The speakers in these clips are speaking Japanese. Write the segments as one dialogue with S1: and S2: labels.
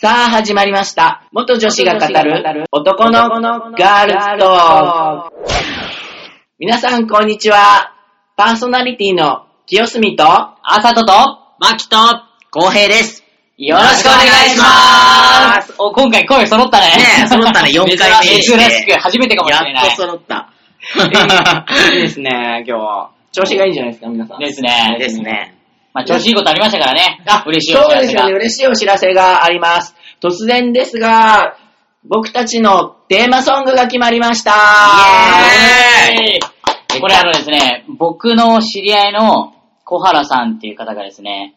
S1: さあ始まりました。元女子が語る男のガールズトーク。皆さんこんにちは。パーソナリティの清澄と、あさとと、
S2: マキと、公平です。
S1: よろしくお願いします。
S3: お、今回声揃ったね。
S2: ねえ揃 ったね4回目にして
S3: 珍しく、初めてかもしれ ない。
S2: やっと揃った。
S1: いいですね、今日は。調子がいいんじゃないですか、皆さん。
S3: ですね。
S2: ですね。
S3: まあ、調子いいことありましたからね。嬉しいお
S1: そう
S3: 知ら
S1: で
S3: せ
S1: すよ
S3: が
S1: ね、。嬉しいお知らせがあります。突然ですが、僕たちのテーマソングが決まりました。
S2: イ
S3: イエーイこれあのですね、僕の知り合いの小原さんっていう方がですね、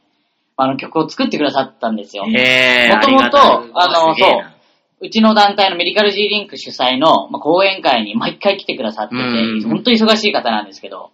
S3: あの曲を作ってくださったんですよ。
S2: えー、
S3: もともと、あの、
S2: すげ
S3: そ
S2: え
S3: う
S2: な、
S3: うちの団体のメディカル G リンク主催の、まあ、講演会に毎回来てくださって
S2: うん
S3: て、本当に忙しい方なんですけど、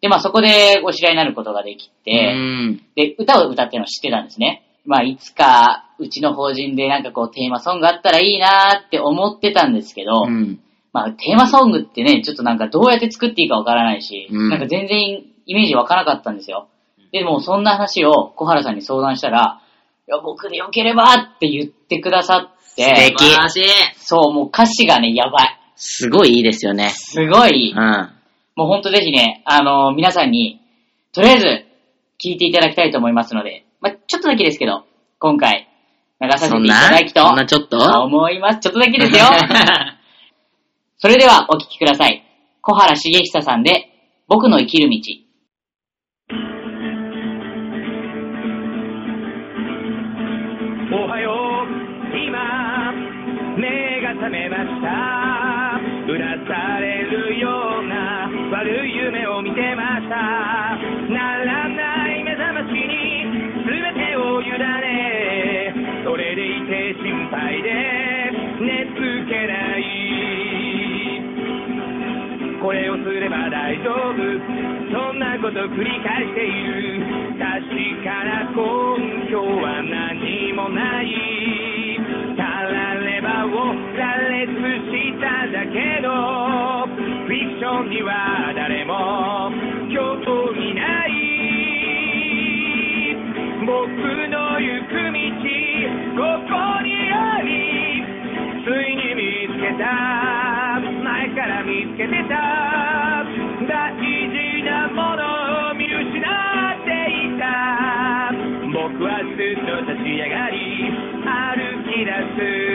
S3: で、まあそこでお知り合いになることができて、
S2: うん。
S3: で、歌を歌ってるのを知ってたんですね。まあ、いつか、うちの法人でなんかこう、テーマソングあったらいいなーって思ってたんですけど、
S2: うん。
S3: まあ、テーマソングってね、ちょっとなんかどうやって作っていいかわからないし、
S2: うん
S3: なんか全然イメージわからなかったんですよ。で、もうそんな話を小原さんに相談したら、いや、僕でよければって言ってくださっ
S2: 素
S3: て
S2: 敵、素晴ら
S3: しい。そう、もう歌詞がね、やばい。
S2: すごいいいですよね。
S3: すごい、
S2: うん。
S3: もうほんとぜひね、あの皆さんに、とりあえず、聞いていただきたいと思いますので、まあ、ちょっとだけですけど、今回、流させて
S2: そん
S3: いた
S2: な
S3: だき
S2: そんな
S3: と、
S2: ちょっと
S3: 思います。ちょっとだけ ですよ。それでは、お聞きください。小原茂久さんで、僕の生きる道。
S4: おはよう今目が覚めましたうなされるような悪い夢を見てましたならない目覚ましに全てを委ねそれでいて心配で寝つけないこれをすれば大丈夫そんなこと繰り返している確かな根拠は何もないたらればを羅列しただけのフィクションには誰も興味ない僕の行く道ここにありついに見つけた前から見つけてた大事なものを見失っていた僕はずっと立ち上がり歩き出す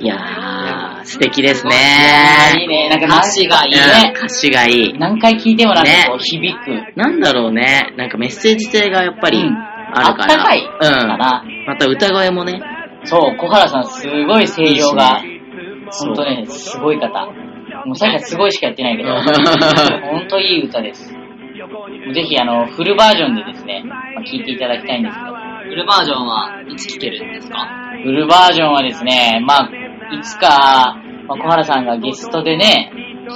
S2: いやー、素敵ですね
S3: いやーいいねなんか歌詞がいい
S2: う
S3: ね
S2: ん歌詞がいい。
S3: 何回聞いてもなんかこう、
S2: ね
S3: 響く。
S2: なんだろうね。なんかメッセージ性がやっぱり
S3: うん
S2: あるから。
S3: あったかい
S2: うん。
S3: かな
S2: また歌声もね。
S3: そう、小原さん、すごい声量が、
S2: そ
S3: ほ
S2: うん
S3: とね、すごい方。もうさっきからすごいしかやってない けど、ほんといい歌です。ぜひ、あの、フルバージョンでですね、まあ聞いていただきたいんですけど、
S4: フルバージョンはい
S3: つ聴けるんですかフルバージョンはですね、まあ、いつか、まあ、小原さんがゲストでね、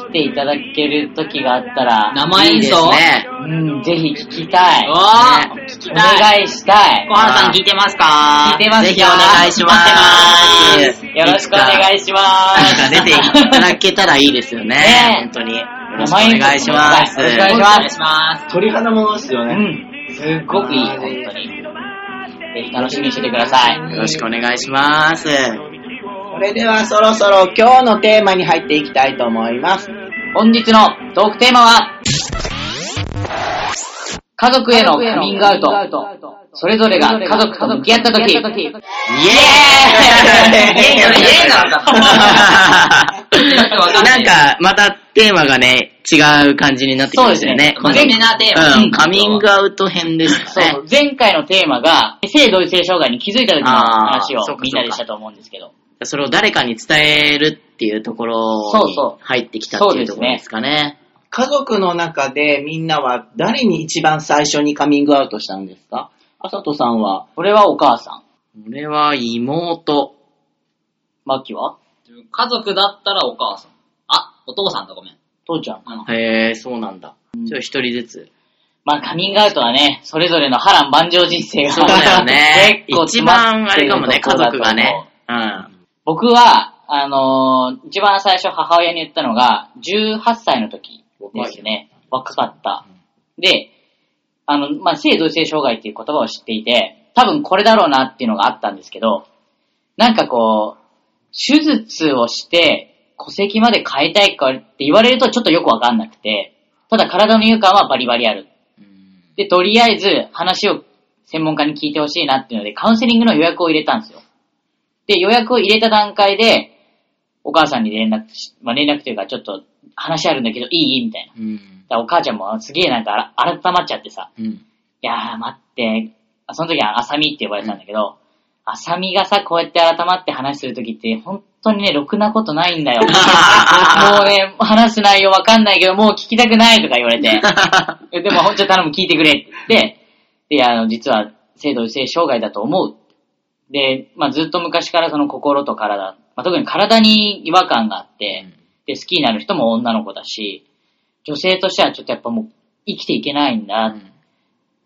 S3: 来ていただける時があったら、
S5: 生演奏
S2: いいですね。
S3: うん、ぜひ聞きたい。
S5: おー、
S2: ね
S5: 聞き
S3: お
S5: たい。
S3: 願いしたい
S5: 小。原さん聞いてますか
S3: 聞いてますか
S2: ぜひお願いします
S3: 待ってますよろしくお願いしま
S2: なんか
S3: す。
S2: 出ていただけたらいいですよね。
S3: ね
S2: 本当に。よろしくお願いします。
S3: よろしくお願いします
S5: お願いします。
S1: 鳥肌ものですよ
S3: う
S1: ね。
S3: ん、すっごくいい、本当に。ぜひ楽しみにしててください。
S2: よろしくお願いします。
S1: それではそろそろ今日のテーマに入っていきたいと思います。
S3: 本日のトークテーマは、家族へのカミングアウト。それぞれが家族と向き合った時。イエーイイエーイ
S2: イエーイ
S5: イエーイなんだ
S2: なんか、またテーマがね、違う感じになってきましたよね。
S5: そうですね真面目なテーマ
S2: うん、カミングアウト編ですかね
S3: そ。う、前回のテーマが、性同一性障害に気づいた時の話
S2: あーそう
S3: を
S2: か
S3: みんなでしたと思うんですけど。
S2: それを誰かに伝えるっていうところ
S3: そう
S2: に
S3: そう
S2: 入ってきたっていうところですかね。
S1: 家族の中でみんなは誰に一番最初にカミングアウトしたんですかあさとさんは
S3: これはお母さん。
S2: 俺は妹。
S3: マキは
S5: 家族だったらお母さん。あ、お父さんだごめん。
S3: 父ちゃん。
S2: へえ、そうなんだ。ちょ、一人ずつ。
S3: まあ、カミングアウトはね、それぞれの波乱万丈人生が。。
S2: そうだよね
S3: 結構
S2: 一
S3: 詰ま
S2: 番
S3: っ
S2: あ
S3: て
S2: れ
S3: る
S2: かもね、
S3: と
S2: 家
S3: ころだと
S2: 族
S3: 思う
S2: がね。うん。
S3: 僕は、あのー一番最初母親に言ったのが、18歳の時ですね。若かった。で、あの、まあ、性同一性障害っていう言葉を知っていて、多分これだろうなっていうのがあったんですけど、なんかこう、手術をして戸籍まで変えたいかって言われるとちょっとよくわかんなくて、ただ体の勇敢はバリバリある。で、とりあえず話を専門家に聞いてほしいなっていうので、カウンセリングの予約を入れたんですよ。で、予約を入れた段階で、お母さんに連絡し、まあ、連絡というかちょっと話あるんだけどいいみたいな。
S2: うん
S3: だ。からお母ちゃんもすげえなんかあら改まっちゃってさ、
S2: うん。
S3: いやー待って、あその時はあさみって呼ばれてたんだけど、あさみがさ、こうやって改まって話する時って、本当にね、ろくなことないんだよ。もうね、話す内容わかんないけど、もう聞きたくないとか言われて。 でも、ほんと頼む、聞いてくれって言って、で、あの、実は、性同一性障害だと思う。で、まあ、ずっと昔からその心と体、まあ、特に体に違和感があって、で、好きになる人も女の子だし、女性としてはちょっとやっぱもう、生きていけないんだ。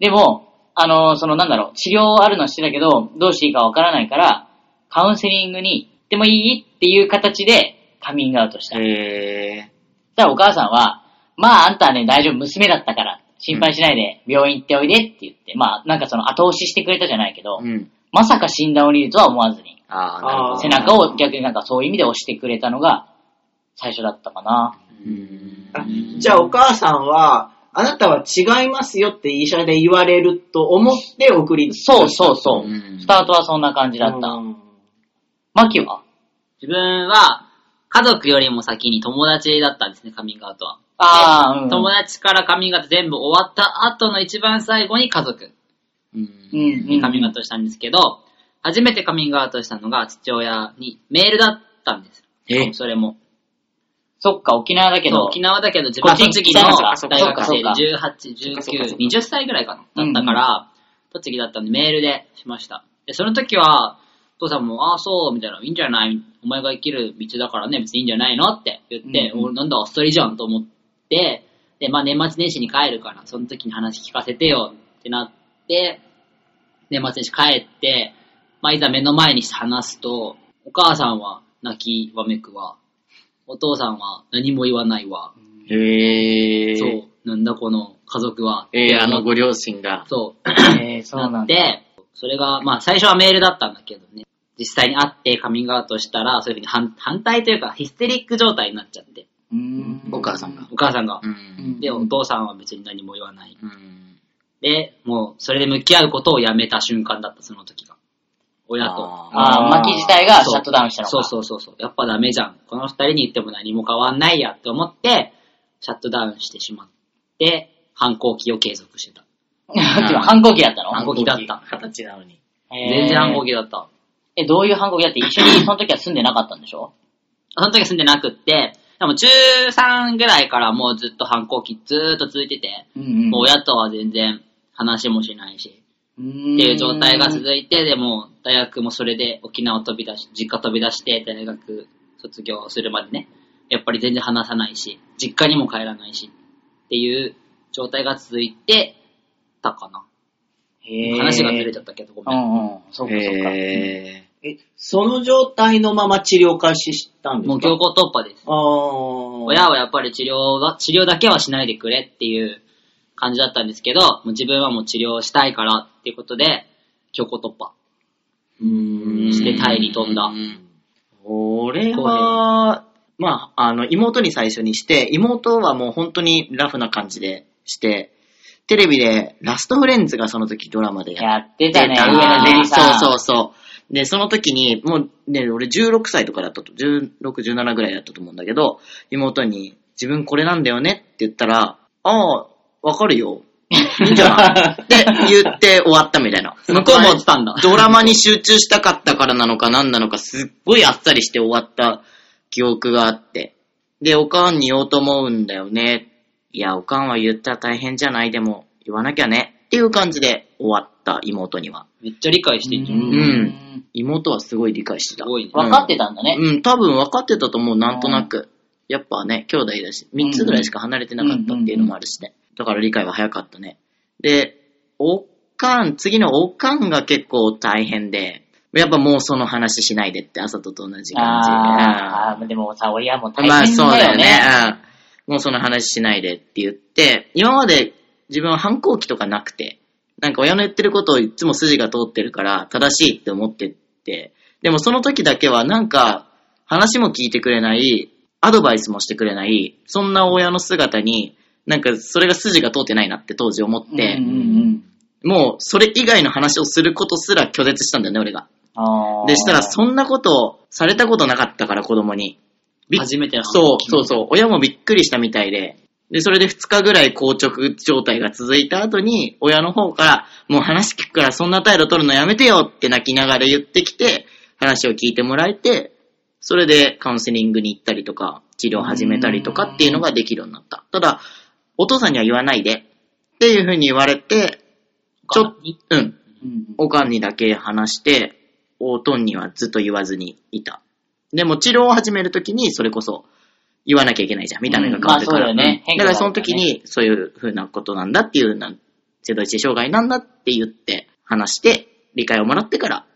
S3: でも、あの、そのなんだろう、治療あるのはしてたけど、どうしていいかわからないから、カウンセリングに行ってもいいっていう形で、カミングアウトした。
S2: え
S3: そしたらお母さんは、まああんたはね、大丈夫、娘だったから、心配しないで病院行っておいでって言って、まあなんかその後押ししてくれたじゃないけど、
S2: ー。うん。
S3: まさか診断を降りるとは思わずに、
S2: ああ、なるほ
S1: あー
S2: ど。
S3: 背中を逆になんかそういう意味で押してくれたのが最初だったかな。
S2: うん。
S1: あじゃあお母さんは、あなたは違いますよって医者で言われると思って送り
S3: そうそうそう、
S2: うん
S3: スタートはそんな感じだった。
S1: うん
S3: マキは
S5: 自分は、家族よりも先に友達だったんですね、カミングアウトは。
S3: ああ、うん。
S5: 友達からカミングアウト全部終わった後の一番最後に家族
S2: うん
S3: うんうん
S5: にカミングアウトしたんですけど、初めてカミングアウトしたのが父親にメールだったんです。
S2: え
S5: それも。
S3: そっか、沖縄だけ
S5: そう
S3: ど。
S5: 沖縄だけど、自
S3: こ
S5: 分
S3: っち
S5: 栃木の
S3: 来
S5: 大
S3: たのかそっか
S5: 学
S3: そっ
S5: 生
S3: か
S5: で18、19、20歳ぐらいかな、だったから、栃木だったんでメールでしました。で、その時は、お父さんも、ああ、そう、みたいな、いいんじゃないお前が生きる道だからね、別にいいんじゃないのって言って、
S3: うんうん
S5: おなんだ、それじゃんと思って、で、まあ年末年始に帰るから、その時に話聞かせてよってなって、年末年始帰って、まあいざ目の前にして話すと、お母さんは泣きわめくわ、お父さんは何も言わないわ、
S2: えー。
S5: そう、なんだこの家族は。
S2: えー、あのご両親が。
S5: そう、
S3: えー、そうな
S5: なんっ
S3: だ。
S5: て、それが、まあ最初はメールだったんだけどね、実際に会ってカミングアウトしたら、そういうふうに反反対というかヒステリック状態になっちゃって、
S3: うん
S2: お母さんが。
S5: お母さんが
S2: う。ん。
S5: で、お父さんは別に何も言わない。
S2: うん。
S5: で、もうそれで向き合うことをやめた瞬間だった、その時が。親と。
S2: あ
S3: ああ、マキ自体がシャットダウンしたのか。
S5: そ うそうそうそう。やっぱダメじゃん。この二人に言っても何も変わんないやって思って、シャットダウンしてしまって、反抗期を継続してた。
S3: う。てか反抗期だったの
S5: 反抗期だった。
S2: 二十歳なのに。
S5: 全然反抗
S3: 期。
S5: 期だった。
S3: え、どういう反抗期だって一緒 にその時は住んでなかったんでしょ
S5: その時住んでなくって、でも中3ぐらいからもうずっと反抗期ずーっと続いてて、
S3: うん
S5: もう親とは全然話もしないし、
S3: うん。
S5: っていう状態が
S3: い
S5: 続いて、でも大学もそれで沖縄を飛び出し、実家飛び出して大学卒業するまでね、やっぱり全然話さないし、実家にも帰らないし、っていう状態が続いてたかな。
S3: て
S5: 話がずれち
S3: ゃ
S5: ゃったけど、ご
S3: う
S5: めん。
S3: んうん。そうかそうか。
S2: え
S1: え、その状態のまま治療開始したんですか
S5: もう強行突破です。
S1: あー
S5: 親はやっぱり治療は、治療だけはしないでくれっていう感じだったんですけど、もう自分はもう治療したいからっていうことで、強行突破。
S2: ー。
S5: してタイに飛んだ
S2: うん俺は、まあ、あの、妹に最初にして、妹はもう本当にラフな感じでして、テレビで、ラストフレンズがその時ドラマで
S3: やって
S2: 出た
S3: た
S2: ね
S3: ね、
S2: 上野
S3: 上野
S2: 樹
S3: 樹
S2: 里
S3: 里
S2: さ
S3: さ
S2: ん
S3: ん。
S2: そう
S3: う
S2: そうそう。で、その時に、もうね、俺16歳とかだったと、16、17ぐらいだったと思うんだけど、妹に、自分これなんだよねって言ったら、ああ、わかるよ。いいんじゃない って 言って終わったみたいな。向こう
S5: 言
S2: も
S5: ってたんだ
S2: ドラマに集中したかったからなのか何なのかすっごいあっさりして終わった記憶があって。で、おかんに言おうと思うんだよね。いや、おかんは言ったら大変じゃないでも言わなきゃね。っていう感じで終わった妹には。
S5: めっちゃ理解してんじゃん。
S2: うんん。妹はすごい理解して
S5: す
S2: た。
S5: ごいね。
S3: 分かってたんだね。
S2: うん、多分分かってたと思う、なんとなく。やっぱね、兄弟だし、3つぐらいしか離れてなかったっていうのもあるしね。だから理解は早かったね。で、おかん、次のおかんが結構大変で、やっぱもうその話しないでって、朝とと同じ感じ。うん
S3: あーあー、でもさ、俺はもう大
S2: まあ
S3: 変
S2: そう
S3: だ
S2: だ
S3: よ
S2: よ
S3: ね。
S2: ね。うん。もうその話しないでって言って、今まで自分は反抗期とかなくて、なんか親の言ってることをいつも筋が通ってるから、正しいって思ってって、でもその時だけはなんか、話も聞いてくれない、アドバイスもしてくれない、そんな親の姿に、なんかそれが筋が通ってないなって当時思って、
S3: うんうん
S2: もうそれ以外の話をすることすら拒絶したんだよね、俺が。
S3: あー
S2: でしたら、そんなことをされたことなかったから、子供に。びっ
S5: 初めての反
S2: そう
S5: 抗、期
S2: そうそう。親もびっくりしたみたいで。で、それで2日ぐらい硬直状態が続いた後に、親の方から、もう話聞くからそんな態度取るのやめてよって泣きながら言ってきて、話を聞いてもらえて、それでカウンセリングに行ったりとか、治療を始めたりとかっていうのができるようになった。ただ、お父さんには言わないで、っていうふうに言われて、ちょっと、うん、
S3: うん
S2: おかんにだけ話して、おとんにはずっと言わずにいた。でも治療を始めるときに、それこそ、言わなきゃいけないじゃん。見た目が変わるから。
S3: うんまあそうだよね変
S2: だ
S3: 化
S2: か
S3: が
S2: ら
S3: ある
S2: そ
S3: から
S2: の
S3: ね
S2: 時に、そういう風なことなんだっていうな、瀬戸一障害なんだって言って、話して、理解をもらってから、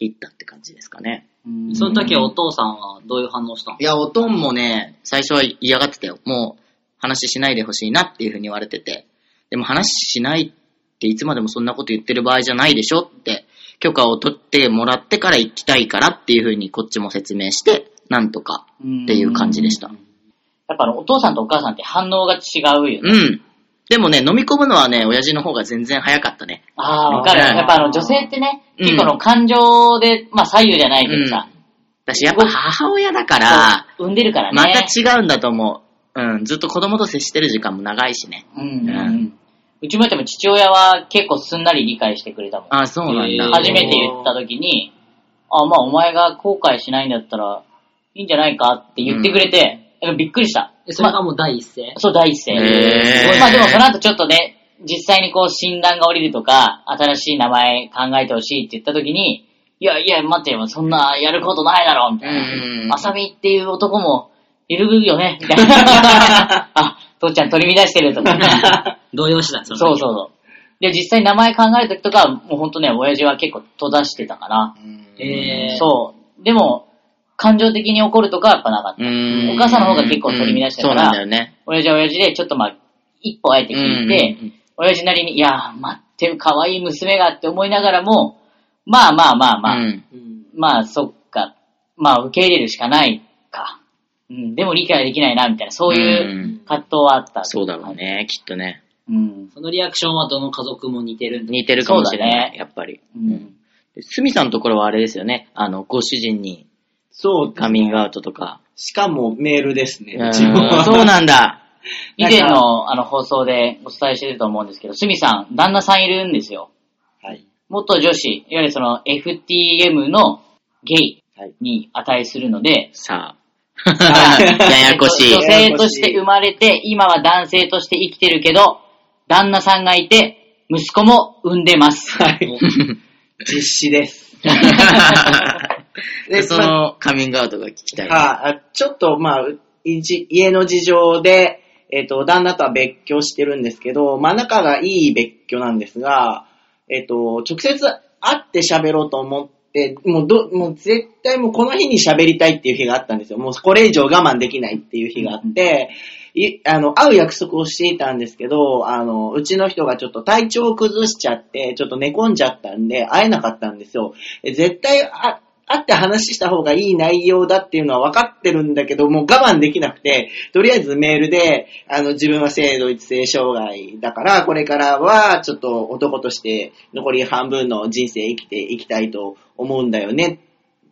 S2: 行ったって感じですかね。
S3: うん
S5: その時はお父さんはどういう反応したの
S2: いや、おとんもね、最初は嫌がってたよ。もう、話しないでほしいなっていう風に言われてて。でも話しないっていつまでもそんなこと言ってる場合じゃないでしょって、許可を取ってもらってから行きたいからっていう風にこっちも説明して、なんとかっていう感じでした。
S3: やっぱあのお父さんとお母さんって反応が違うよね。
S2: うん。でもね、飲み込むのはね、親父の方が全然早かったね。
S3: ああ、わかる。
S2: うん
S3: やっぱあの女性ってね、
S2: うん
S3: 結構あの感情で、まあ左右じゃないけどさ、
S2: 私やっぱ母親だから、
S3: そう産んでるからね。
S2: また違うんだと思う。うん、ずっと子供と接してる時間も長いしね。
S3: うんうんう。
S2: うん
S3: うちもやっても父親は結構すんなり理解してくれたもん。
S2: あ、そうなんだ。
S5: へー
S3: 初めて言った時に、あ、まあお前が後悔しないんだったら、いいんじゃないかって言ってくれて、えびっくりした。
S5: えそれがもう第一声
S3: そう、第一声。
S2: へー
S3: まあでもその後ちょっとね、実際にこう診断が降りるとか、新しい名前考えてほしいって言った時に、いやいや、待ってよ、そんなやることないだろ、みた
S2: うんう
S3: い
S2: ん
S3: な。あさみっていう男も、揺るぐよね、みた いな。あ、父ちゃん取り乱してるとか。
S5: 動揺してた
S3: そ
S5: そうの
S3: そう
S5: 時
S3: そう。で、実際に名前考える時とかは、もうほんとね、親父は結構閉ざしてたから。
S5: えー、
S3: そう。でも、感情的に怒るとかはやっぱなかった。
S2: うん
S3: お母さんの方が結構取り乱してるから
S2: うんそうなんだよね。
S3: 親父は親父で、ちょっとまあ、一歩あえて聞いて、
S2: うんうんうん
S3: 親父なりに、いやー、待って、可愛い娘がって思いながらも、まあまあまあまあ、
S2: うん
S5: うん
S3: まあそっか、まあ受け入れるしかないか。うん、でも理解できないな、みたいな、そういう葛藤はあった。
S2: そうだろうね、きっとね。
S3: うん。
S5: そのリアクションはどの家族も似てるんだ
S2: 似てるかもしれ
S3: そう
S2: な
S3: だ
S2: い、
S3: ね
S2: やっぱり。う
S3: う
S2: んん。でスミさんのところはあれですよね、あの、ご主人に
S6: そうですね
S2: カミングアウトとか。
S6: しかもメールですね。
S2: うん
S6: 自分は
S2: そうなんだ。
S3: 以前のあの放送でお伝えしてると思うんですけど、すみさん、旦那さんいるんですよ。
S6: はい。
S3: 元女子、いわゆるその FTM のゲイ
S6: はい
S3: に値するので、
S2: さあ。 ややこしい。
S3: 女性として生まれて、今は男性として生きてるけど、旦那さんがいて、息子も産んでます。
S6: はい。 実施です。
S2: で、そのカミングアウトが聞きたい。
S6: ああちょっと、まあ、いじ家の事情で、えっ、と、旦那とは別居してるんですけど、まあ仲がいい別居なんですが、えっ、と、直接会って喋ろうと思って、もうど、もう絶対もうこの日に喋りたいっていう日があったんですよ。もうこれ以上我慢できないっていう日があって、いあの、会う約束をしていたんですけど、あの、うちの人がちょっと体調を崩しちゃって、ちょっと寝込んじゃったんで、会えなかったんですよ。え絶対あ会って話した方がいい内容だっていうのは分かってるんだけど、もう我慢できなくて、とりあえずメールで、あの、自分は性同一性障害だから、これからはちょっと男として残り半分の人生生きていきたいと思うんだよね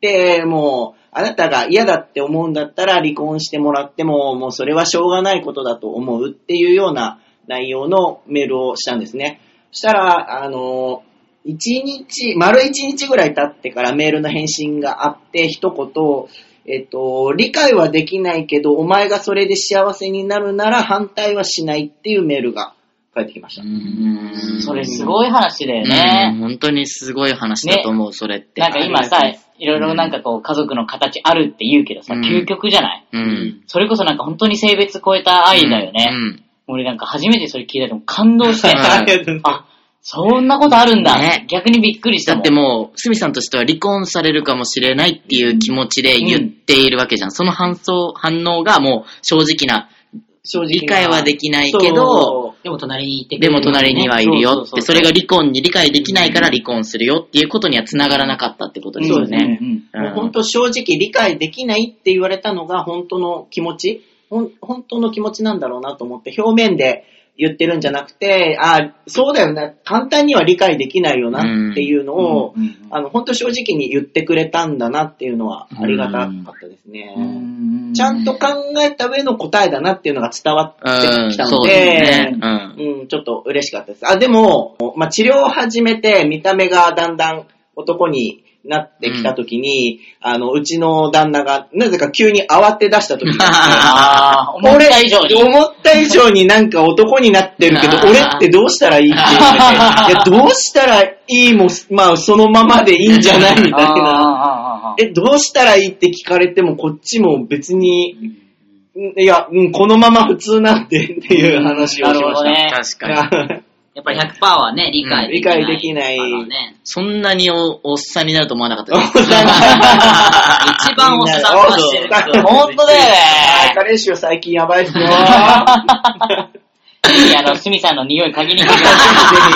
S6: で、もう、あなたが嫌だって思うんだったら離婚してもらっても、もうそれはしょうがないことだと思うっていうような内容のメールをしたんですね。そしたら、あの、一日、丸一日ぐらい経ってからメールの返信があって、一言、えっと、理解はできないけど、お前がそれで幸せになるなら反対はしないっていうメールが返ってきました。
S2: うん
S3: それすごい話だよ
S2: うん
S3: ね。
S2: 本当にすごい話だと思う、それって。
S3: なんか今
S2: あ
S3: さ
S2: りがたい、
S3: いろいろなんかこう家族の形あるって言うけどさ、
S2: うん
S3: 究極じゃない
S2: うん。
S3: それこそなんか本当に性別超えた愛だよね。
S2: うん。
S3: 俺なんか初めてそれ聞いた時も感動して、
S2: あり
S3: あ、そんなことあるんだ。
S2: ね
S3: 逆にびっくりした
S2: だ
S3: もん。
S2: ってもう、すみさんとしては離婚されるかもしれないっていう気持ちで言っているわけじゃん。その反応、反応がもう正直な、
S6: 正直な
S2: 理解はできないけど
S6: そ、
S3: でも隣にいてく
S2: で
S3: れる
S2: も隣にはいるよっ
S3: うう
S2: て、
S3: う
S2: それが離婚に理解できないから離婚するよっていうことには繋がらなかったってことですよね。うん
S6: もう本当正直理解できないって言われたのが本当の気持ち、ほん本当の気持ちなんだろうなと思って、表面で言ってるんじゃなくて、あそうだよね、簡単には理解できないよなっていうのを、
S7: うんうん
S6: あの本当正直に言ってくれたんだなっていうのはありがたかったですね。ちゃんと考えた上の答えだなっていうのが伝わってきた
S2: そ
S6: の
S2: うです
S6: で、
S2: ね。うん。
S6: うん、ちょっと嬉しかったです。あ、でも、まあ、治療を始めて、見た目がだんだん男になってきたときに、あの、うちの旦那が、なぜか急に慌て出したとき
S7: ああ、思った以上に。
S6: 思った以上になんか男になってるけど、
S2: あー
S6: 俺ってどうしたらいいって言ってて、いや、どうしたらいいも、まあ、そのままでいいんじゃないみたいな。
S7: あーあーあーあー
S6: え、どうしたらいいって聞かれても、こっちも別に、んいや、うんこのまま普通なんでっていう話をしました。
S7: ね
S2: 確かに。
S6: はい
S3: やっぱり100%はね、理解できない。
S6: うん理解できない
S3: からね。
S2: そんなにおおっさんになると思わなか ったです。
S3: 一番おすさん化してる。
S6: そう
S7: 本当だよね
S6: あー彼氏よ最近やばいっすよ。
S7: いいあの、すみさんの匂い嗅ぎに来てくだ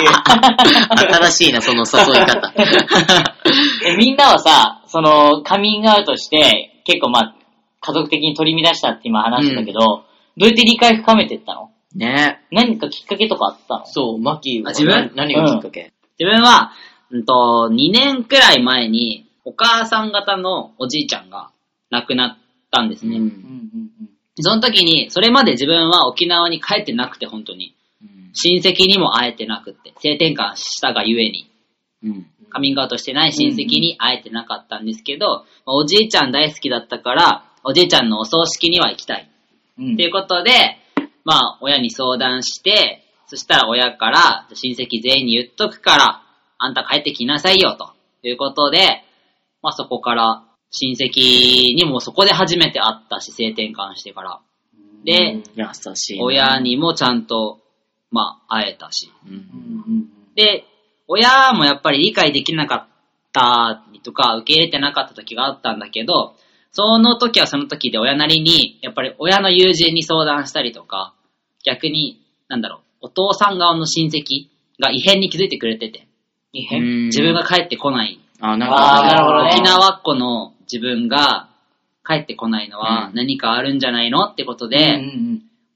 S2: 新しいな、その誘い 方。
S7: さいえみんなはさ、その、カミングアウトして、結構まあ、家族的に取り乱したって今話したけど、どうやって理解深めてったの
S2: ね
S7: 何かきっかけとかあったの
S2: そう、マキは
S3: あ自分
S2: 何何がきっかけ、
S3: 自分は、うんと、2年くらい前に、お母さん方のおじいちゃんが亡くなったんですね。
S2: ん
S3: その時に、それまで自分は沖縄に帰ってなくて、本当に。親戚にも会えてなくって、性転換したがゆえに、
S2: うん
S3: カミングアウトしてない親戚に会えてなかったんですけど、まあおじいちゃん大好きだったから、おじいちゃんのお葬式には行きたい。
S7: うん
S3: っていうことで、まあ、親に相談して、そしたら親から、親戚全員に言っとくから、あんた帰ってきなさいよ、ということで、まあそこから、親戚にもそこで初めて会ったし、性転換してから。で、
S2: 優しいな。
S3: 親にもちゃんと、まあ、会えたし。
S2: うん
S3: で、親もやっぱり理解できなかったりとか、受け入れてなかった時があったんだけど、その時はその時で親なりに、やっぱり親の友人に相談したりとか、逆に、なんだろう、お父さん側の親戚が異変に気づいてくれてて、
S7: 異
S2: う
S7: 変
S2: ん
S3: 自分が帰ってこない。
S2: あ、なん
S7: あーなる
S2: か、
S7: ほどね
S3: 沖縄っ子の自分が帰ってこないのは何かあるんじゃないのってことで、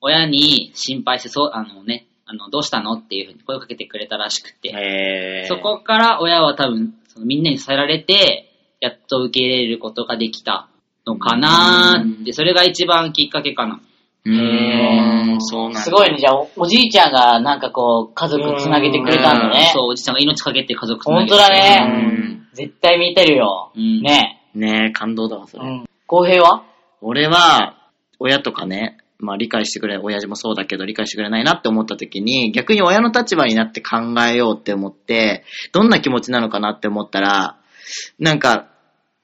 S3: 親に心配して、そう、あのね、あの、どうしたのっていうふうに声をかけてくれたらしくて、
S2: へー
S3: そこから親は多分、そのみんなに支えられて、やっと受け入れることができたのかなーって、それが一番きっかけかな。
S2: うーん、そうなんだ
S7: すごいね、じゃあお、おじいちゃんがなんかこう、家族つなげてくれたんだね。
S3: そう、おじさんが命かけて家族つな
S7: 本
S3: げ
S7: 当
S3: て
S7: だ
S2: う
S7: ね
S2: ん。
S7: 絶対見てるよ。
S3: うん
S7: ね
S2: ねえ、感動だわ、そ
S7: え。
S2: れ。
S7: うん。公平は
S2: 俺は、親とかね、まあ理解してくれ、親父もそうだけど理解してくれないなって思った時に、逆に親の立場になって考えようって思って、どんな気持ちなのかなって思ったら、なんか、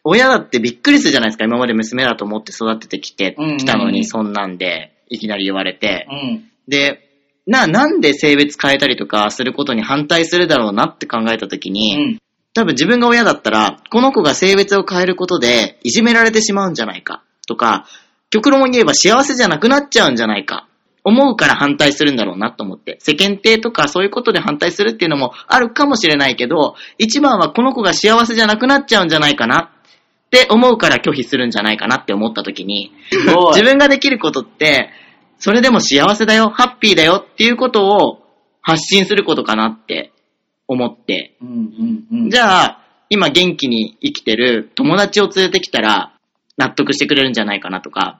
S2: 親だってびっくりするじゃないですか、今まで娘だと思って育ててきて、
S7: うんうんうん
S2: きたのにそんなんで、いきなり言われて、
S7: うん。
S2: で、な、なんで性別変えたりとかすることに反対するだろうなって考えた時
S7: う
S2: に、
S7: ん。
S2: 多分自分が親だったら、この子が性別を変えることで、いじめられてしまうんじゃないか、とか、極論を言えば幸せじゃなくなっちゃうんじゃないか、思うから反対するんだろうなと思って、世間体とかそういうことで反対するっていうのもあるかもしれないけど、一番はこの子が幸せじゃなくなっちゃうんじゃないかな、って思うから拒否するんじゃないかなって思った時に、
S7: すごい
S2: 自分ができることって、それでも幸せだよ、ハッピーだよっていうことを発信することかなって思って、
S7: うんうんうん。
S2: じゃあ、今元気に生きてる友達を連れてきたら納得してくれるんじゃないかなとか、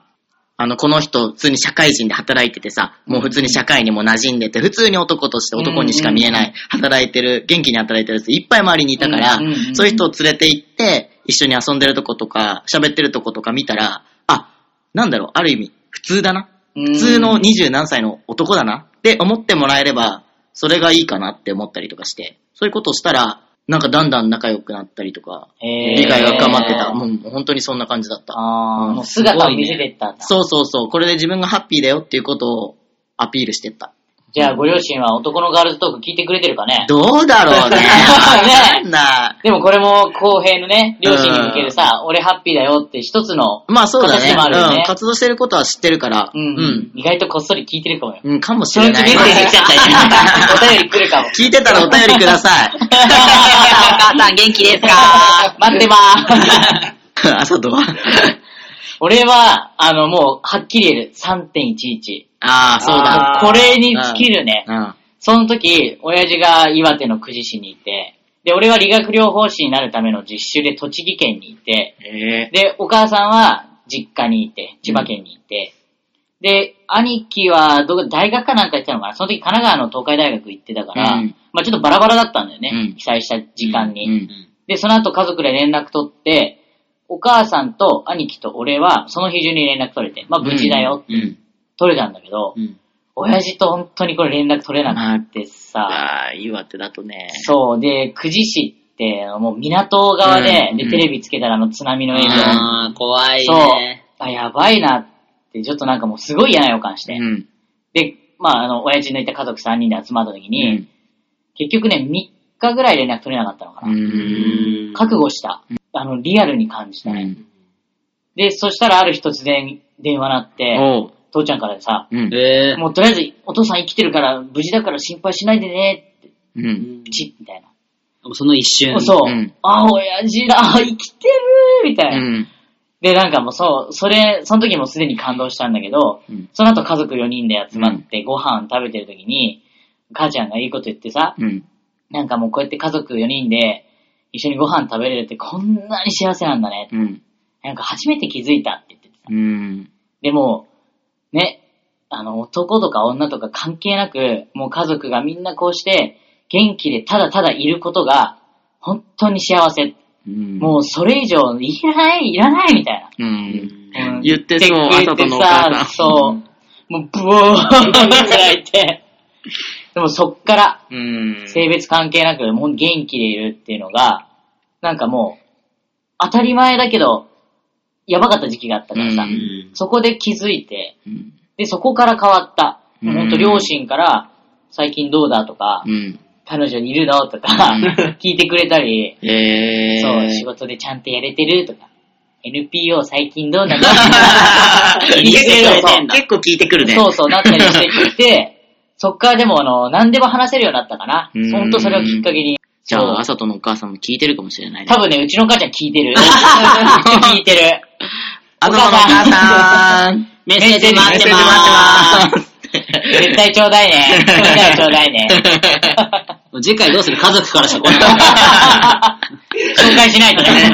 S2: あの、この人普通に社会人で働いててさ、もう普通に社会にも馴染んでて、普通に男として男にしか見えない、働いてる、元気に働いてるやついっぱい周りにいたから
S7: うんうんうんう、ん
S2: そういう人を連れて行って、一緒に遊んでるとことか、喋ってるとことか見たら、あ、なんだろう、ある意味、普通だな。普通の二十何歳の男だなって思ってもらえれば、それがいいかなって思ったりとかして、そういうことをしたら、なんかだんだん仲良くなったりとか、
S7: へー
S2: 理解が深まってた。もう本当にそんな感じだった。
S7: あ
S2: う
S7: あ、
S2: ん
S7: もう姿を見せてったんだ。
S2: そうそうそう、これで自分がハッピーだよっていうことをアピールしてった。
S3: じゃあ、ご両親は男のガールズトーク聞いてくれてるかね
S2: どうだろうね。
S3: ね
S2: なんだ。
S3: でもこれも公平のね、両親に向けてさ、俺ハッピーだよって一つの、
S2: まあそうだ
S3: 形
S2: ね
S3: でもあるよね
S2: うん。活動してることは知ってるから。
S3: うん、意外とこっそり聞いてるかもよ。
S2: うん。うん、かもし
S3: その
S2: れ
S3: うち
S2: な
S3: メッ
S2: い。
S3: セージ来ちゃったり、お便り来るかも。
S2: 聞いてたらお便りください。
S5: お母さん元気ですか
S3: 待ってま ーす。
S2: 朝とは。
S3: 俺は、あの、もう、はっきり言える。3.11。
S2: ああ、そうだ。
S3: これに尽きるね。
S2: うん。
S3: その時、親父が岩手の久慈市にいて、で、俺は理学療法士になるための実習で栃木県にいて、
S2: ええ
S3: で、お母さんは実家にいて、千葉県にいて、で、兄貴はどこ、大学かなんか行ってたのかなその時神奈川の東海大学行ってたから、
S2: うん
S3: まあちょっとバラバラだったんだよね。
S2: うん
S3: 被災した時間に。
S2: うん
S3: で、その後家族で連絡取って、お母さんと兄貴と俺はその日中に連絡取れて、まあ
S2: うん
S3: 無事だよ、
S2: うん。
S3: 取れたんだけど、
S2: うん。
S3: 親父と本当にこれ連絡取れなくてさ、
S2: ああ、岩手だとね。
S3: そう、で、久慈市ってもう港側で、
S2: うん
S3: で、テレビつけたらあの津波の映像、
S5: あー怖い
S3: そう
S5: ね。、
S3: あ、やばいなって、ちょっとなんかもうすごい嫌な予感して、
S2: うん。
S3: で、まああの、親父のいた家族3人で集まった時に、
S2: うん
S3: 結局ね、3日ぐらい連絡取れなかったのか
S2: う
S3: な。
S2: ん。
S3: 覚悟した。あの、リアルに感じたね。で、そしたらある日突然電話鳴って、
S2: おう。
S3: 父ちゃんからさ、
S2: うん。
S5: え
S3: もうとりあえずお父さん生きてるから無事だから心配しないでね、
S2: うん。
S3: チッみたいな。
S5: ー、その一瞬。
S3: そ
S2: う
S3: う。
S2: ん
S3: あ、親父だ、あ生きてるみた
S2: う
S3: いな、
S2: ん。
S3: で、なんかもうそう、それ、その時もすでに感動したんだけど、
S2: うん
S3: その後家族4人で集まってご飯食べてる時に、母ちゃんがいいこと言ってさ、
S2: うん。
S3: なんかもうこうやって家族4人で一緒にご飯食べれるってこんなに幸せなんだね。
S2: うん。
S3: なんか初めて気づいたって言っててさ。
S2: うん。
S3: でも、ね、あの、男とか女とか関係なく、もう家族がみんなこうして、元気でただただいることが、本当に幸せ。
S2: うん。
S3: もうそれ以上、いらない、いらない、みたい
S2: うん。
S3: な。
S2: 言ってそう
S3: 言ってく
S2: 朝
S3: れて
S2: とのお母さん
S3: そう。もう、ブオーンって泣い て。でもそっから、
S2: うん。
S3: 性別関係なく、もう元気でいるっていうのが、なんかもう、当たり前だけど、やばかった時期があったからさ、
S2: うん
S3: そこで気づいて、
S2: うん。
S3: で、そこから変わった。
S2: うん
S3: ほんと両親から、最近どうだとか、
S2: うん。
S3: 彼女いるのとか
S2: うん、
S3: 聞いてくれたり、
S2: ええ
S3: そう、仕事でちゃんとやれてるとか、NPO 最近どう なの
S2: 言ってくれ
S3: そう
S2: てんだ結構聞いてくるね。
S3: そうそう、なったりしてきて、そっからでもあの、何でも話せるようになったかな。
S2: うん
S3: ほんとそれをきっかけに。
S2: じゃ
S3: そう
S2: あ、朝とのお母さんも聞いてるかもしれないね。
S3: 多分ね、うちの母ちゃん聞い てる。聞いてる。
S2: あのお母さん、
S5: メッセージ待ってまーす。
S3: 絶対ちょうだいね。絶対ちょうだ いね。
S5: もう次回どうする家族からしか来ない。
S3: 紹介しない とね。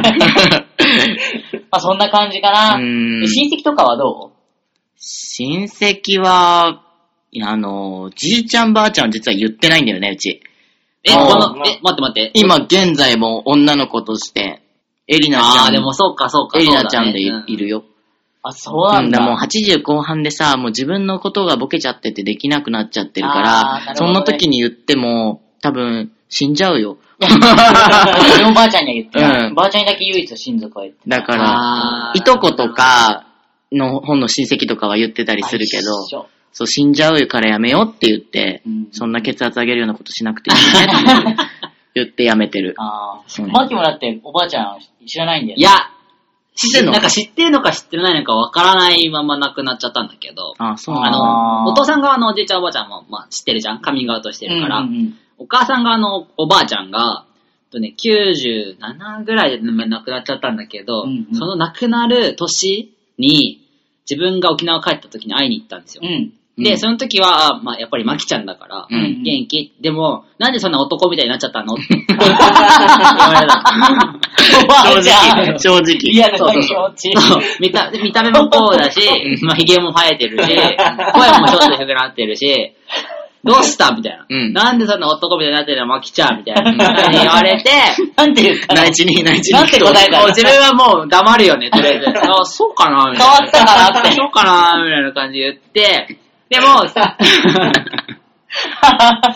S3: まあそんな感じかな。
S2: うーん
S3: 親戚とかはど
S2: 親戚は、いやあの、じいちゃんばあちゃんは実は言ってないんだよね、うち。
S5: え、この、え、待って待って。
S2: 今現在も女の子として、エリナちゃん。
S5: ああ、でもそうかそうか。
S2: エリ
S5: そうだ
S2: ナ
S5: ね
S2: ちゃんでい,、
S5: うん
S2: るよ。
S3: うあ、そう
S2: う、
S3: なんん
S2: だ
S3: だ。
S2: からもう80後半でさ、もう自分のことがボケちゃっててできなくなっちゃってるか
S3: あーな
S2: ら、
S3: るほ
S2: そ
S3: どね
S2: んな時に言っても、多分、死んじゃう よ。
S3: 俺もばあちゃんには言ってない。
S2: うん
S3: ばあちゃんにだけ唯一親族は言って
S2: だか
S5: あ
S2: ら、
S5: ー
S2: いとことかの本の親戚とかは言ってたりするけ
S3: 一
S2: ど、
S3: 緒
S2: そう、死んじゃうからやめようって言って、
S3: うん
S2: そんな血圧上げるようなことしなくていいよねって言ってやめて る。
S3: あ
S2: そう
S3: ー
S2: ね
S3: マキもだっておばあちゃん知らないんだよ
S5: い
S3: ね。
S5: や、
S2: 知ってんの
S5: なんか知ってるのか知ってないのかわからないまま亡くなっちゃったんだけど、
S2: あ、そう
S5: あ
S2: なの。
S3: あー
S5: の、お父さん側のおじいちゃんおばあちゃんも、まあ、知ってるじゃんカミングアウトしてるから、
S3: うんうんうん
S5: お母さん側のおばあちゃんが、えっとね、97ぐらいで亡くなっちゃったんだけど、
S3: うんうん
S5: その亡くなる年に、自分が沖縄帰った時に会いに行ったんですよ。
S3: うん。
S5: で、その時は、あまあ、やっぱりマキちゃんだから、
S3: うん
S5: 元気。でも、なんでそんな男みたいになっち ゃったのって。
S3: おばあちゃん。
S2: 正直。
S3: 嫌な気持ち。
S5: そう見た、見た目もこうだし、まあ、髭も生えてるし、声もちょっと低くなって るし、どうしたみたいな、
S2: うん
S5: なんでそんな男みたいになってるのマキちゃんみたいな。言われて、
S3: なんて言ったの
S2: 内地に、内地に。
S3: なんて答えた
S5: もう
S3: の
S5: 自分はもう黙るよね、とりあえず。 あ、そうかなみたいな。
S3: 変わったかなって
S5: そうかなみたいな感じで言って、でも、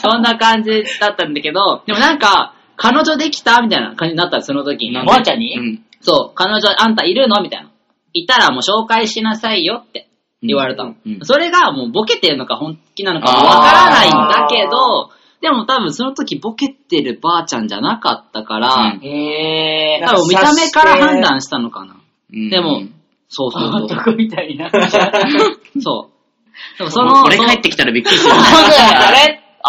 S5: そんな感じだったんだけど、でもなんか、彼女できたみたいな感じになったその時に。
S3: おばあちゃんに
S2: うん。
S5: そう、彼女あんたいるのみたいな。いたらもう紹介しなさいよって。
S3: 言われたの。
S2: うんうん
S3: それがもうボケてるのか本気なのかもわからないんだけど、でも多分その時ボケてるばあちゃんじゃなかったから、
S5: へ
S3: 多分見た目から判断したのかな。
S2: うん
S3: でも、そうそう
S5: ー。
S3: そ
S5: 男みたいな。本
S3: う。 そう。でもそ
S2: そ
S3: の、
S2: の、俺
S3: その
S2: 帰ってきたらびっくりする
S5: 当。だよねあ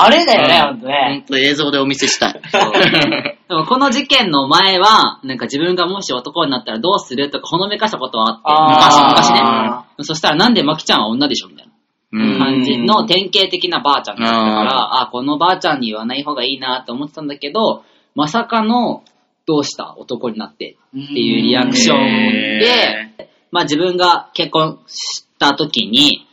S5: れ、あれだよね、ほんと
S2: ほ
S5: ね。
S2: んと映像でお見せしたい。
S3: でもこの事件の前は、なんか自分がもし男になったらどうするとかほのめかしたことはあって、昔、昔
S5: あ
S3: ね。そしたらなんでマキちゃんは女でしょみたいな。
S2: うん
S3: 感じの典型的なばあちゃんだったか
S2: う
S3: ら、
S2: ん
S3: あこのばあちゃんに言わない方がいいなって思ってたんだけど、まさかの、どうした男になってっていうリアクションを持って、まあ自分が結婚した時に、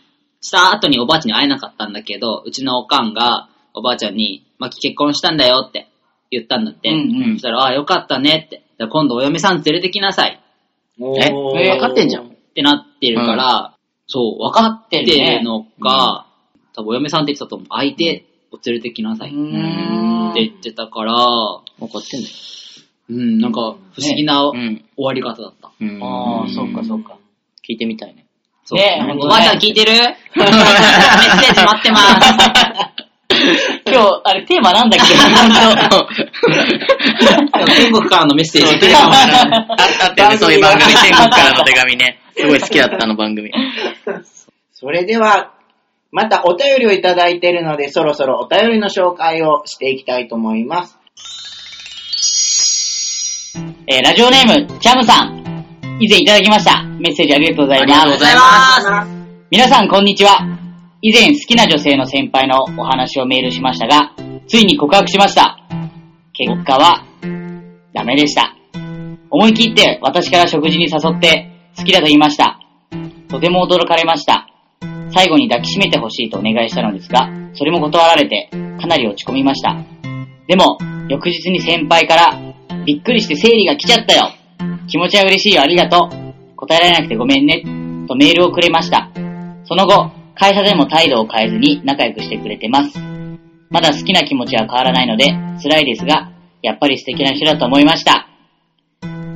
S3: した後におばあちゃんに会えなかったんだけど、うちのおかんがおばあちゃんに、まあ結婚したんだよって言ったんだって。
S5: うんうん
S3: そしたら、ああ、よかったねって。じゃあ今度お嫁さん連れてきなさい
S2: え
S5: えー
S2: 分かってんじゃん。
S3: ってなってるから、そう、分かってるのか、多分お嫁さんって言ってたと思う。相手を連れてきなさいっ
S5: う
S3: て
S5: ん。
S3: 言ってたから、
S2: 分かってんだよ。
S3: うん、なんか不思議な
S2: う
S3: 終
S2: ん。
S3: わり方だった。
S2: うん
S5: ああ、そうかそうか。
S2: 聞いてみたいね。
S3: そう
S5: ね
S3: うん
S5: ほ
S3: お
S5: んとね
S3: ばあちゃん聞 いてるメッセージ待ってます。
S5: 今日、あれテーマなんだっけ本
S3: 天国からのメッセー
S2: あ
S3: ジ。。
S2: ったってね、そういう番組、天国からの手紙ね。すごい好きだったあの番組。
S6: それでは、またお便りをいただいているので、そろそろお便りの紹介をしていきたいと思います。
S5: 当えーラジオネーム、ジャムさん。以前いただきました。メッセージありがとうございます。
S2: ありがとうございます
S5: 皆さんこんにちは。以前好きな女性の先輩のお話をメールしましたが、ついに告白しました。結果は、ダメでした。思い切って私から食事に誘って好きだと言いました。とても驚かれました。最後に抱きしめてほしいとお願いしたのですが、それも断られてかなり落ち込みました。でも、翌日に先輩から、びっくりして生理が来ちゃったよ。気持ちは嬉しいよ、ありがとう。答えられなくてごめんね、とメールをくれました。その後、会社でも態度を変えずに仲良くしてくれてます。まだ好きな気持ちは変わらないので、辛いですが、やっぱり素敵な人だと思いました。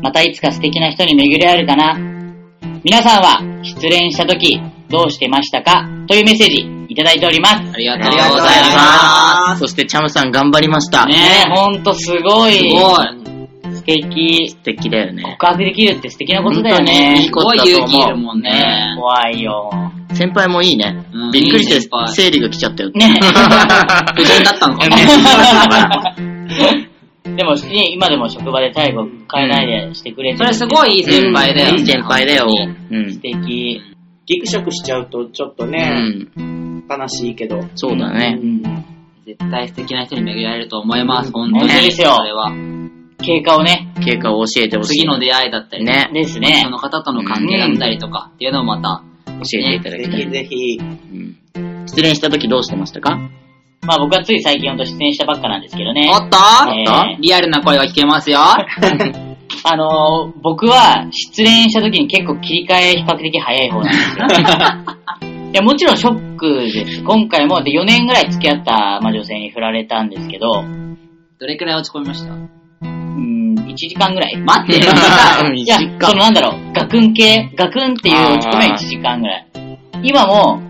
S5: またいつか素敵な人に巡り合えるかな。皆さんは、失恋した時、どうしてましたかというメッセージ、いただいております。
S3: ありが
S2: あ
S3: とうございます。
S2: す。そして、チャムさん頑張りました。
S3: ね
S5: ねえ、ほんとすご
S3: す
S5: い。
S3: ごい。
S5: 素敵。
S2: 素敵だよね。
S5: 告白できるって素敵なことだよね。
S2: いいことだと
S3: す
S2: 思う
S3: ごい勇気いるもん
S5: ね
S3: ね。
S5: 怖いよ。
S2: 先輩もいいね
S3: うん。
S2: びっくり
S3: いい
S2: して
S3: 先輩、
S2: 生理が来ちゃったよって。
S5: ね
S3: 不純だったのかな。
S5: でも、ね今でも職場で態度変えないでしてくれてる
S3: それすごいいい先輩だよ。
S2: いい先輩だよ。う
S5: 素
S2: ん。
S5: 敵。
S6: ギクシャクしちゃうと、ちょっと
S2: う
S6: ね、
S2: ん。
S6: 悲しいけど。
S2: そうだね。
S3: 絶対素敵な人に巡り合えると思います、本当に。
S5: 本当ですよ
S3: それは。
S5: 経過をね。
S2: 経過を教えてほしい。
S3: 次の出会いだったり、
S2: ね。
S5: です
S3: そ
S5: ね。
S3: の方との関係だったりとかっていうのをまた、
S2: 教えていただ
S6: ぜ
S2: きたい
S6: ひ。ぜひ。
S2: うん失恋した時どうしてましたか
S5: まあ僕はつい最近ほんと出演したばっかなんですけどね。
S3: おっと
S5: ね
S3: リアルな声が聞けますよ。
S5: あのー僕は失恋した時に結構切り替え比較的早い方なん ですよ。いや、もちろんショックです。今回もで4年ぐらい付き合った、まあ、女性に振られたんですけど、う
S3: どれくらい落ち込みました
S5: ーん、1時間ぐ らい。
S3: 待って
S2: うん
S5: いや、
S2: 一時間
S5: そのなんだろう、ガクン系、ガクンっていう落ち込みは1時間ぐらい。今も、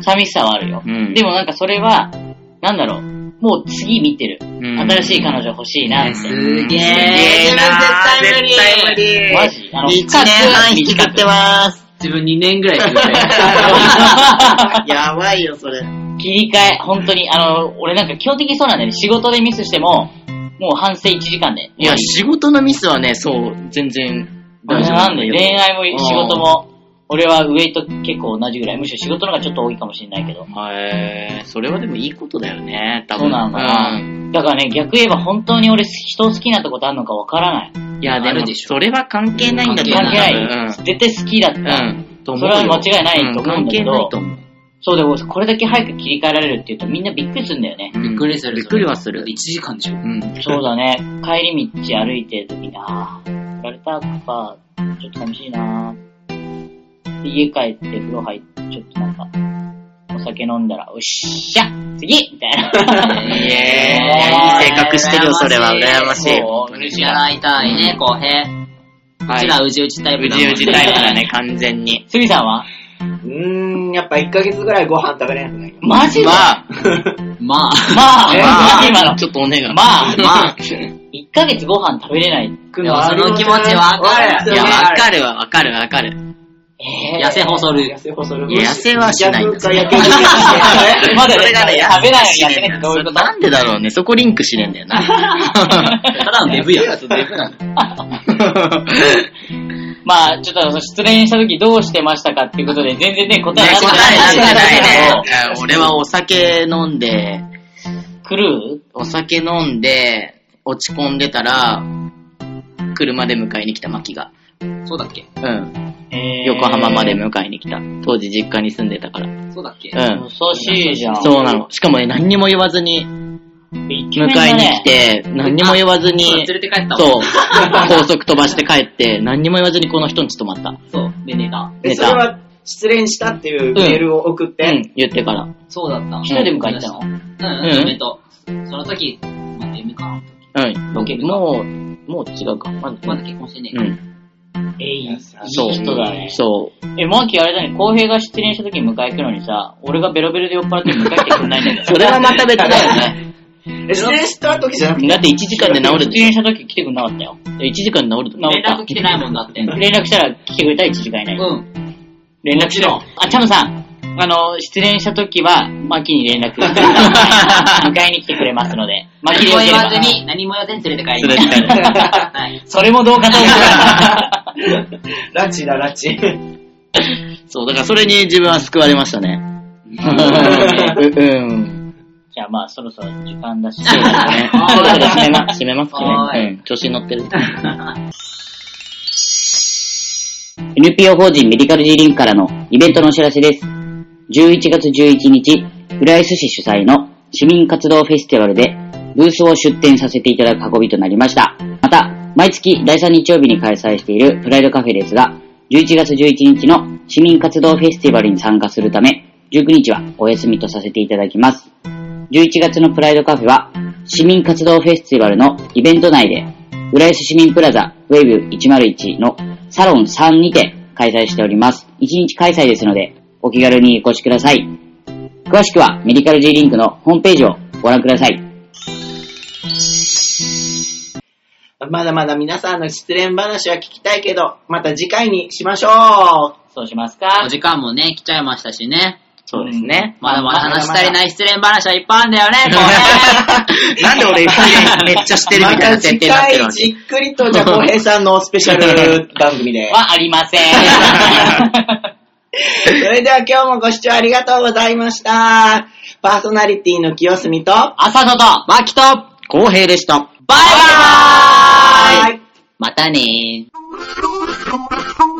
S5: 寂しさはあるよ。
S2: うん
S5: でもなんかそれは、なんだろう、もう次見てる。
S2: ん
S5: 新しい彼女欲しいなって。
S3: すげ
S2: えな
S3: 自分絶対無理
S5: マジあの、
S2: 1年半引きずってます。
S3: 自分2年ぐらい続けて
S2: やばいよ、それ。
S5: 切り替え、本当に、あの、俺なんか基本的にそうなんだよね。仕事でミスしても、もう反省1時間で。
S2: いや、仕事のミスはね、そう、全然
S5: あ
S2: 大
S5: の
S2: 丈夫
S5: なんで、恋愛も
S2: うん
S5: 仕事も、俺は上と結構同じぐらい。むしろ仕事の方がちょっと多いかもしれないけど。
S2: へえー、それはでもいいことだよね、多分。
S5: そうなのかな、
S2: ん
S5: だからね、逆言えば本当に俺人を好きなってことあるのかわからない。
S2: いや、
S3: あ
S2: で
S3: る
S2: も
S3: で、しょ
S2: それは関係ないんだと思う。
S5: 関係ない。
S2: 多
S5: 絶対好きだった。
S2: 分うん。うん。と思う
S5: それは間違いないと思うんだ
S2: 関係
S5: けど
S2: ないと思う。
S5: そうでも、これだけ早く切り替えられるって言うとみんなびっくりするんだよね。
S2: うん
S3: びっくりする。
S2: びっくりはする
S3: 1。時間でし
S2: う
S3: ょ。
S2: ん。
S5: そうだね。帰り道歩いてるときに、あー、振られたか、ちょっと寂しいなで家帰って風呂入って、ちょっとなんか、お酒飲んだら、おっしゃ次みたいな。
S2: いえ、い い性格してるよ、それは。羨ましい。
S5: そう、嬉し
S3: 知
S5: い
S3: ら
S5: な。
S3: ないたいね、浩平。うちらうじうちタイプ
S2: う
S3: だもん
S2: じ
S3: ね
S2: うじタイプだね、完全に。
S5: すみさんは
S6: うーん、近やっぱ1ヶ月ぐらいご飯食べれなくなりま
S5: マジで
S2: まあ、
S3: まあ、
S5: まあ、
S2: まあ
S5: 今の。
S2: ちょっとお願い。
S5: まあ
S2: ま あ。
S5: 1ヶ月ご飯食べれない。
S3: でもその気持ちわか
S2: い
S3: る。
S2: や、わかるわ、わかるわかる。
S5: え
S3: 痩せ細る。
S6: 痩せ細る。
S2: いや痩せはしないんだ
S6: 逆か逆にして
S5: まだね
S2: それがね、
S5: 食べないの
S2: や
S5: にや
S2: っ
S5: ってて
S2: な
S5: ないい
S2: どういうことなんでだろうね、そこリンクしねえんだよな。
S3: ただのデブや。
S5: まあ、ちょっと失恋した時どうしてましたかっていうことで、全然ね、答
S2: ね、答
S5: えなかった
S2: えなんてないね
S5: ん。
S2: いや俺はお酒飲んで、
S5: クルー
S2: お酒飲んで、落ち込んでたら、車で迎えに来た、マキが。
S3: そうだっけ
S2: うん。
S5: えー
S2: 横浜まで迎えに来た。当時実家に住んでたから。
S3: そうだっけ
S2: うん。
S5: 恐ろしいじゃん。
S2: そうなの。しかもね、何にも言わずに、
S5: イケ
S2: 迎
S5: メンだ
S2: えに
S5: ね
S2: 来。て、何にも言わず
S3: そう
S2: に
S3: 連、れて帰った
S2: そう
S3: わ。、
S2: 高速飛ばして帰って、何にも言わずにこの人んち泊まった。
S3: そう。で、寝た。
S6: で
S2: ネ
S6: それ
S2: タ。
S6: は失恋したっていうメールを送っ
S2: う
S6: て、
S2: ん、言ってから。
S3: そうだった。
S5: 一人で迎えに行ったの
S3: うん、
S2: うん
S3: 嫁と。その時、まだ嫁か。
S2: うん。
S3: ロケか
S2: もう、もう違うか。ま
S3: まだ結婚してねえ
S2: う
S3: か。
S2: ん。
S5: えい、いい
S2: そう。
S5: 人だね。
S2: そう。。
S5: え、マーキーあれだね、浩平が失恋した時に迎え行くのにさ、俺がベロベロで酔っ払って迎え来てくんないん だよ
S2: それはまた別だよね。
S6: え失恋した時じゃなくて、
S2: だって1時間で治る
S5: 失
S2: でし
S5: 恋した時来てくんなかったよ。
S2: ょ。1時間で治る
S5: 治
S2: と。
S3: 連絡来てないもんだって。う
S5: 連絡したら来てくれたら1時間以内。
S3: ん。
S5: 連絡しろ。あ、チャムさん。あの、失恋した時は、マキに連 絡してください迎えに来てくれますので。マキ
S3: 何
S5: で
S3: も
S5: よけれ
S3: 言わ
S5: ば
S3: ず。に、何も言わずに連れて帰る。
S2: 連れて帰る
S3: はい。
S5: それもどう かと思う。
S6: ラチだラチ。
S2: そう、だからそれに自分は救われましたね。 ううん。
S5: じゃあまあ、そろそろ時間だし。
S2: そうだね。 そうだね。閉めま、閉めます
S3: は
S2: ね。
S3: い
S2: うん。調子に乗ってる。NPO 法人メディカル G リンクからのイベントのお知らせです。11月11日、浦安市主催の市民活動フェスティバルでブースを出展させていただく運びとなりました。また、毎月第3日曜日に開催しているプライドカフェですが、11月11日の市民活動フェスティバルに参加するため、19日はお休みとさせていただきます。11月のプライドカフェは、市民活動フェスティバルのイベント内で、浦安市民プラザウェーブ101のサロン3にて開催しております。1日開催ですので、お気軽にお越しください。詳しくは、メディカル G リンクのホームページをご覧ください。
S6: まだまだ皆さんの失恋話は聞きたいけど、また次回にしましょう。
S5: そうしますか
S3: お。時間もね、来ちゃいましたしね。
S2: そうですね。
S3: まだまだ話し足りない失恋話はいっぱいあるんだよね、 こ
S2: なんで俺、めっちゃしてるみたいな設定になってる
S6: ま
S2: のに。
S6: た次回じっくりと、じゃあ、浩平さんのスペシャル番組で。
S5: はありません。
S6: それでは今日もご視聴ありがとうございました。パーソナリティの清澄と、バ
S5: 朝とと、
S2: マキと、公平でした。
S3: バイバーイ
S6: イ
S3: またねー。
S8: Thank you.